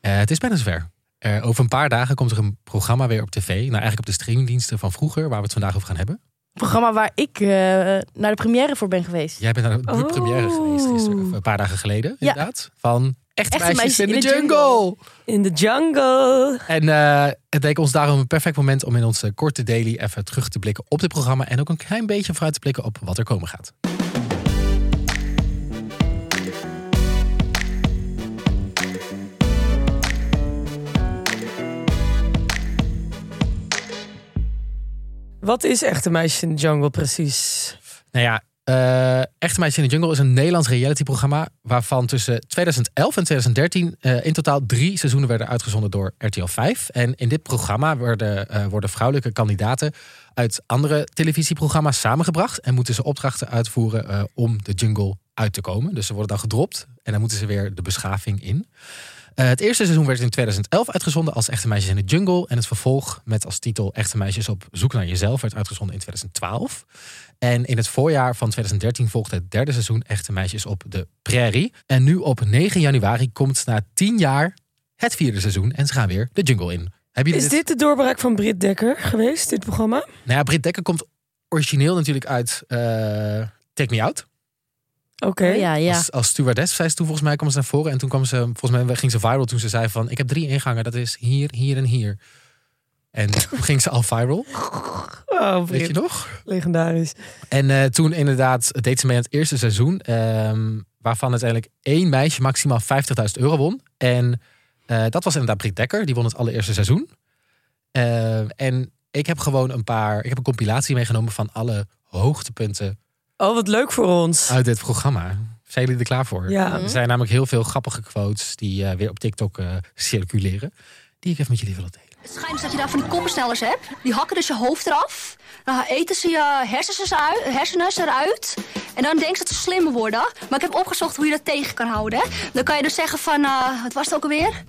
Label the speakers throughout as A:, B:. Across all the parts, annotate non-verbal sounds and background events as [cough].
A: Eh, het is bijna zover. Eh, over een paar dagen komt er een programma weer op tv. Nou, eigenlijk op de streamingdiensten van vroeger, waar we het vandaag over gaan hebben.
B: programma waar ik eh, naar de première voor ben geweest.
A: Jij bent naar de
B: Oh.
A: première geweest gisteren, of een paar dagen geleden, inderdaad. Van Echte,
B: Echte
A: meisjes, in, de, jungle.
C: In de jungle.
A: En eh, het leek ons daarom een perfect moment om in onze korte daily even terug te blikken op dit programma. En ook een klein beetje vooruit te blikken op wat er komen gaat.
C: Wat is Echte Meisjes in de Jungle precies?
A: Nou ja, eh, Echte Meisjes in de Jungle is een Nederlands realityprogramma. waarvan tussen 2011 en 2013 eh, in totaal drie seizoenen werden uitgezonden door RTL 5. En in dit programma werden, eh, worden vrouwelijke kandidaten uit andere televisieprogramma's samengebracht. en moeten ze opdrachten uitvoeren eh, om de jungle uit te komen. Dus ze worden dan gedropt en dan moeten ze weer de beschaving in. Eh, het eerste seizoen werd in 2011 uitgezonden als Echte Meisjes in de Jungle. En het vervolg met als titel Echte Meisjes op zoek naar jezelf werd uitgezonden in 2012. En in het voorjaar van 2013 volgde het derde seizoen Echte Meisjes op de Prairie. En nu op 9 januari komt na 10 jaar het vierde seizoen en ze gaan weer de jungle in. Hebben jullie
C: Is dit de doorbraak van Britt Dekker geweest, dit programma?
A: Nou ja, Britt Dekker komt origineel natuurlijk uit eh, Take Me Out.
C: Oké.
B: Oh ja, ja.
A: Als, als stewardess zei ze toen volgens mij kwam ze naar voren. En toen kwam ze, volgens mij ging ze viral toen ze zei van... ik heb drie ingangen, dat is hier, hier en hier. En toen ging ze al viral, weet je
C: Oh, Britt,
A: nog?
C: legendarisch.
A: En eh, toen inderdaad deed ze mee aan het eerste seizoen. ehm, waarvan uiteindelijk één meisje maximaal 50.000 euro won. En eh, dat was inderdaad Britt Dekker. Die won het allereerste seizoen. Eh, en ik heb gewoon een paar... Ik heb een compilatie meegenomen van alle hoogtepunten
C: Oh, wat leuk voor ons.
A: uit dit programma. Zijn jullie er klaar voor?
C: Ja.
A: Er zijn namelijk heel veel grappige quotes die eh, weer op TikTok eh, circuleren. Die ik even met jullie wil delen.
D: Het schijnt dus dat je daar van die koppenstellers hebt. Die hakken dus je hoofd eraf. Dan eten ze je hersens eruit- hersenen eruit. En dan denken ze dat ze slimmer worden. Maar ik heb opgezocht hoe je dat tegen kan houden. hè. Dan kan je dus zeggen van... eh, wat was het ook alweer?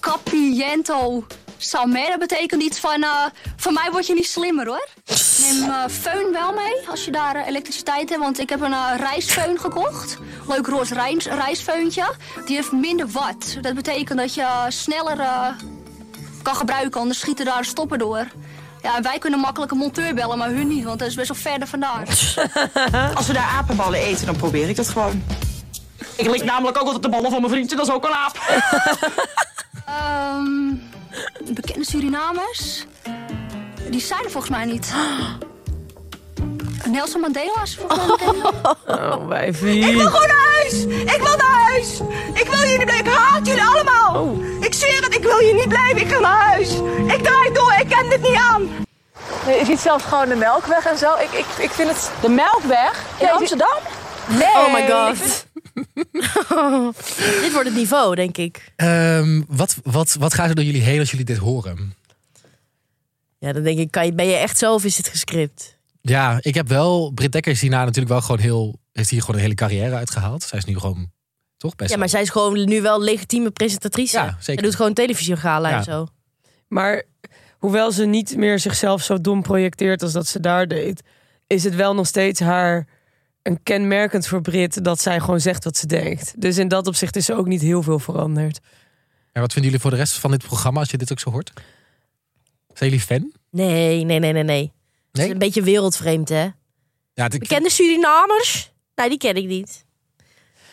D: Capiento Salmer. Dat betekent iets van... eh, van mij word je niet slimmer hoor. Neem eh föhn wel mee als je daar eh, elektriciteit hebt. Want ik heb een eh rijstfeun gekocht. Leuk roze rijns- rijstfeuntje. Die heeft minder watt. Dat betekent dat je eh, sneller... eh, kan gebruiken, anders schieten daar stoppen door. Ja, en wij kunnen makkelijk een monteur bellen, maar hun niet, want dat is best wel verder vandaan.
E: Als we daar apenballen eten, dan probeer ik dat gewoon. Ik lik namelijk ook altijd de ballen van mijn vriendje, dat is ook een aap.
D: Ehm bekende Surinamers? Die zijn er volgens mij niet. Nelson Mandela is volgens mij bekend.
C: Oh, wijfie.
E: Gewoon naar huis! Ik wil naar huis! Ik wil hier niet blijven, ik haat jullie allemaal!
F: Oh.
E: Ik zweer het, ik wil hier niet blijven, ik ga naar huis! Ik draai door, ik ken dit niet aan!
F: Je ziet zelfs gewoon de melkweg en zo. Ik, ik, ik vind het... De melkweg? In Amsterdam? Nee.
B: Oh my god.
E: [laughs]
B: Dit wordt het niveau, denk ik.
A: Ehm, wat, wat, wat gaat er door jullie heen als jullie dit horen?
B: Ja, dan denk ik, kan je, ben je echt zo of is dit gescript?
A: Ja, ik heb wel. Britt Dekker is hierna natuurlijk wel gewoon heel. Heeft hier gewoon een hele carrière uitgehaald. Zij is nu gewoon. Toch best.
B: Ja, maar zij is gewoon nu wel legitieme presentatrice.
A: Ja, zeker.
B: Zij doet gewoon televisiegala
A: Ja.
B: en zo.
C: Maar hoewel ze niet meer zichzelf zo dom projecteert als dat ze daar deed, is het wel nog steeds haar een kenmerkend voor Brit dat zij gewoon zegt wat ze denkt. Dus in dat opzicht is ze ook niet heel veel veranderd.
A: En wat vinden jullie voor de rest van dit programma als je dit ook zo hoort? Zijn jullie fan?
B: Nee, nee, nee, nee, nee. Het is
A: Nee?
B: een beetje wereldvreemd, hè?
A: Ja, het- ik,
B: Bekende Surinamers? Nee, die ken ik niet.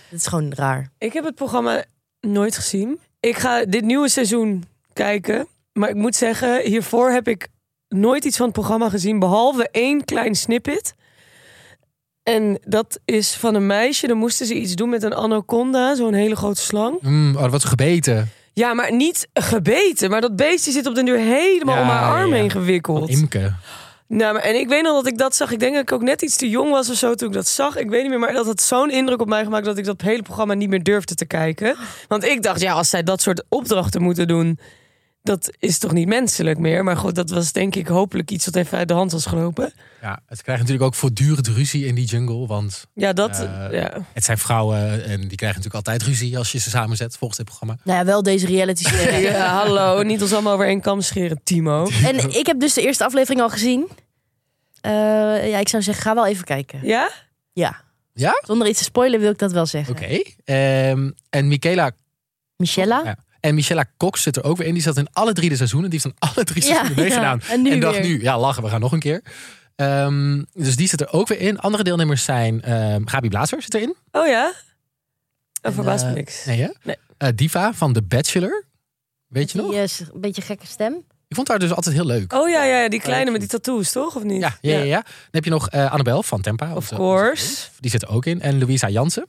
B: Het is gewoon raar.
C: Ik heb het programma nooit gezien. Ik ga dit nieuwe seizoen kijken. Maar ik moet zeggen, hiervoor heb ik nooit iets van het programma gezien. Behalve één klein snippet. En dat is van een meisje. Dan moesten ze iets doen met een anaconda. Zo'n hele grote slang.
A: Mm, oh, wat gebeten.
C: Ja, maar niet gebeten. Maar dat beestje zit op den duur helemaal
A: Ja,
C: om haar arm
A: ja.
C: heen gewikkeld.
A: Van Imke.
C: Nou, maar, en ik weet nog dat ik dat zag. Ik denk dat ik ook net iets te jong was of zo toen ik dat zag. Ik weet niet meer, maar dat had zo'n indruk op mij gemaakt... dat ik dat hele programma niet meer durfde te kijken. Want ik dacht, ja, als zij dat soort opdrachten moeten doen... dat is toch niet menselijk meer? Maar goed, dat was denk ik hopelijk iets wat even uit de hand was gelopen.
A: Ja, het krijgt natuurlijk ook voortdurend ruzie in die jungle. Want
C: Ja, dat...
A: Eh,
C: ja.
A: het zijn vrouwen en die krijgen natuurlijk altijd ruzie als je ze samenzet volgens dit programma.
B: Nou ja, wel deze reality show.
A: [laughs]
C: ja, hallo. Niet ons allemaal over één kam scheren, Timo.
B: En ik heb dus de eerste aflevering al gezien. Eh, ja, ik zou zeggen, ga wel even kijken.
C: Ja?
B: Ja.
A: Ja?
B: Zonder iets te spoilen wil ik dat wel zeggen.
A: Oké. Ehm, en Michaela
B: Michella?
A: Ja. En Michelle Cox zit er ook weer in. Die zat in alle drie de seizoenen. Die heeft dan alle drie
B: Ja,
A: seizoenen
B: ja.
A: meegedaan.
B: En nu
A: dacht
B: weer.
A: nu, ja, lachen, we gaan nog een keer. Ehm, dus die zit er ook weer in. Andere deelnemers zijn ehm, Gabi Blazer zit erin.
C: Oh ja? Dat verbaast me
A: eh,
C: niks.
A: Nee, hè?
C: Nee.
A: Eh, Diva van The Bachelor. Weet je nog?
B: Die is een beetje gekke stem.
A: Ik vond haar dus altijd heel leuk.
C: Oh ja, ja, ja, die kleine met die tattoos, toch? Of niet?
A: Eh, Ja, ja, ja, ja. Dan heb je nog eh Annabel van Tempa.
C: Of
A: onze-
C: course.
A: Die zit er ook in. En Louisa Jansen.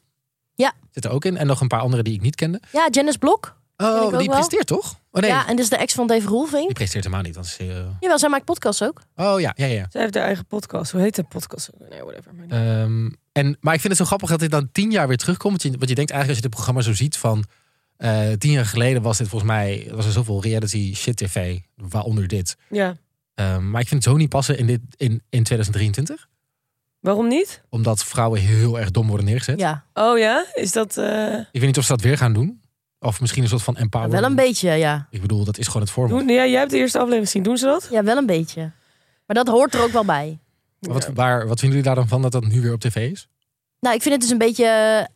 B: Ja.
A: Zit er ook in. En nog een paar andere die ik niet kende.
B: Ja, Janice Blok. ik ook
A: Oh, die
B: wel.
A: presteert toch? Oh nee,
B: Ja, en dit is de ex van Dave Roelving.
A: die presteert helemaal niet. Want ze, eh,
B: Jawel, zij maakt podcasts ook.
A: Oh ja, ja, ja.
C: Zij heeft haar eigen podcast. Hoe heet de podcast? Nee, whatever. Maar niet.
A: Ehm, en, maar ik vind het zo grappig dat dit dan tien jaar weer terugkomt. Want je, want je denkt eigenlijk als je dit programma zo ziet van... eh, tien jaar geleden was dit volgens mij... Was er zoveel reality shit tv, waaronder dit.
C: Ja.
A: Ehm, maar ik vind het zo niet passen in, dit, in, in 2023.
C: Waarom niet?
A: Omdat vrouwen heel erg dom worden neergezet.
B: Ja,
C: Oh ja? Is dat... eh,
A: Ik weet niet of ze dat weer gaan doen. Of misschien een soort van empower.
B: wel een beetje, ja.
A: Ik bedoel, dat is gewoon het format.
C: doen, ja, jij hebt de eerste aflevering gezien. Doen ze dat?
B: Ja, wel een beetje. Maar dat hoort er ook wel bij.
A: Wat, waar, wat vinden jullie daar dan van dat dat nu weer op tv is?
B: Nou, ik vind het dus een beetje eh,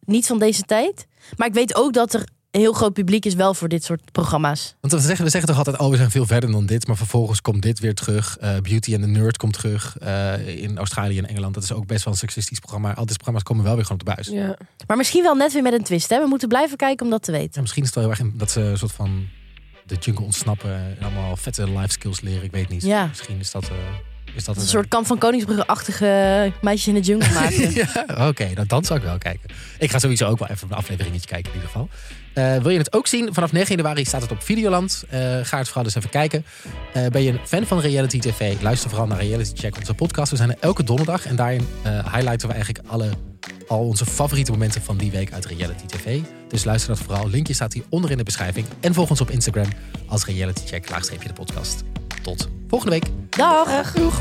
B: niet van deze tijd. Maar ik weet ook dat er een heel groot publiek is wel voor dit soort programma's.
A: Want we zeggen, we zeggen toch altijd, oh, we zijn veel verder dan dit. Maar vervolgens komt dit weer terug. Eh, Beauty and the Nerd komt terug. eh, in Australië en Engeland. Dat is ook best wel een seksistisch programma. Al deze programma's komen wel weer gewoon op de buis. Ja.
C: Ja.
B: Maar misschien wel net weer met een twist. Hè? We moeten blijven kijken om dat te weten.
A: misschien is het wel heel erg in- dat ze een soort van de jungle ontsnappen. En allemaal vette life skills leren. Ik weet niet.
B: Ja.
A: Misschien is dat... eh, is dat
B: Dat een soort kamp van Koningsbrugge-achtige meisjes in de jungle maken.
A: [laughs] Ja, oké, nou, dan zou ik wel kijken. Ik ga sowieso ook wel even een afleveringetje kijken in ieder geval. Eh, wil je het ook zien? Vanaf 9 januari staat het op Videoland. Eh, ga het vooral eens even kijken. Eh, ben je een fan van reality tv? Luister vooral naar Reality Check, onze podcast. We zijn er elke donderdag en daarin eh, highlighten we eigenlijk alle, al onze favoriete momenten van die week uit reality tv. Dus luister dat vooral. Linkje staat hier onder in de beschrijving. En volg ons op Instagram als Reality Check, laagstreepje de podcast. Tot volgende week.
B: Dag!
A: Doeg!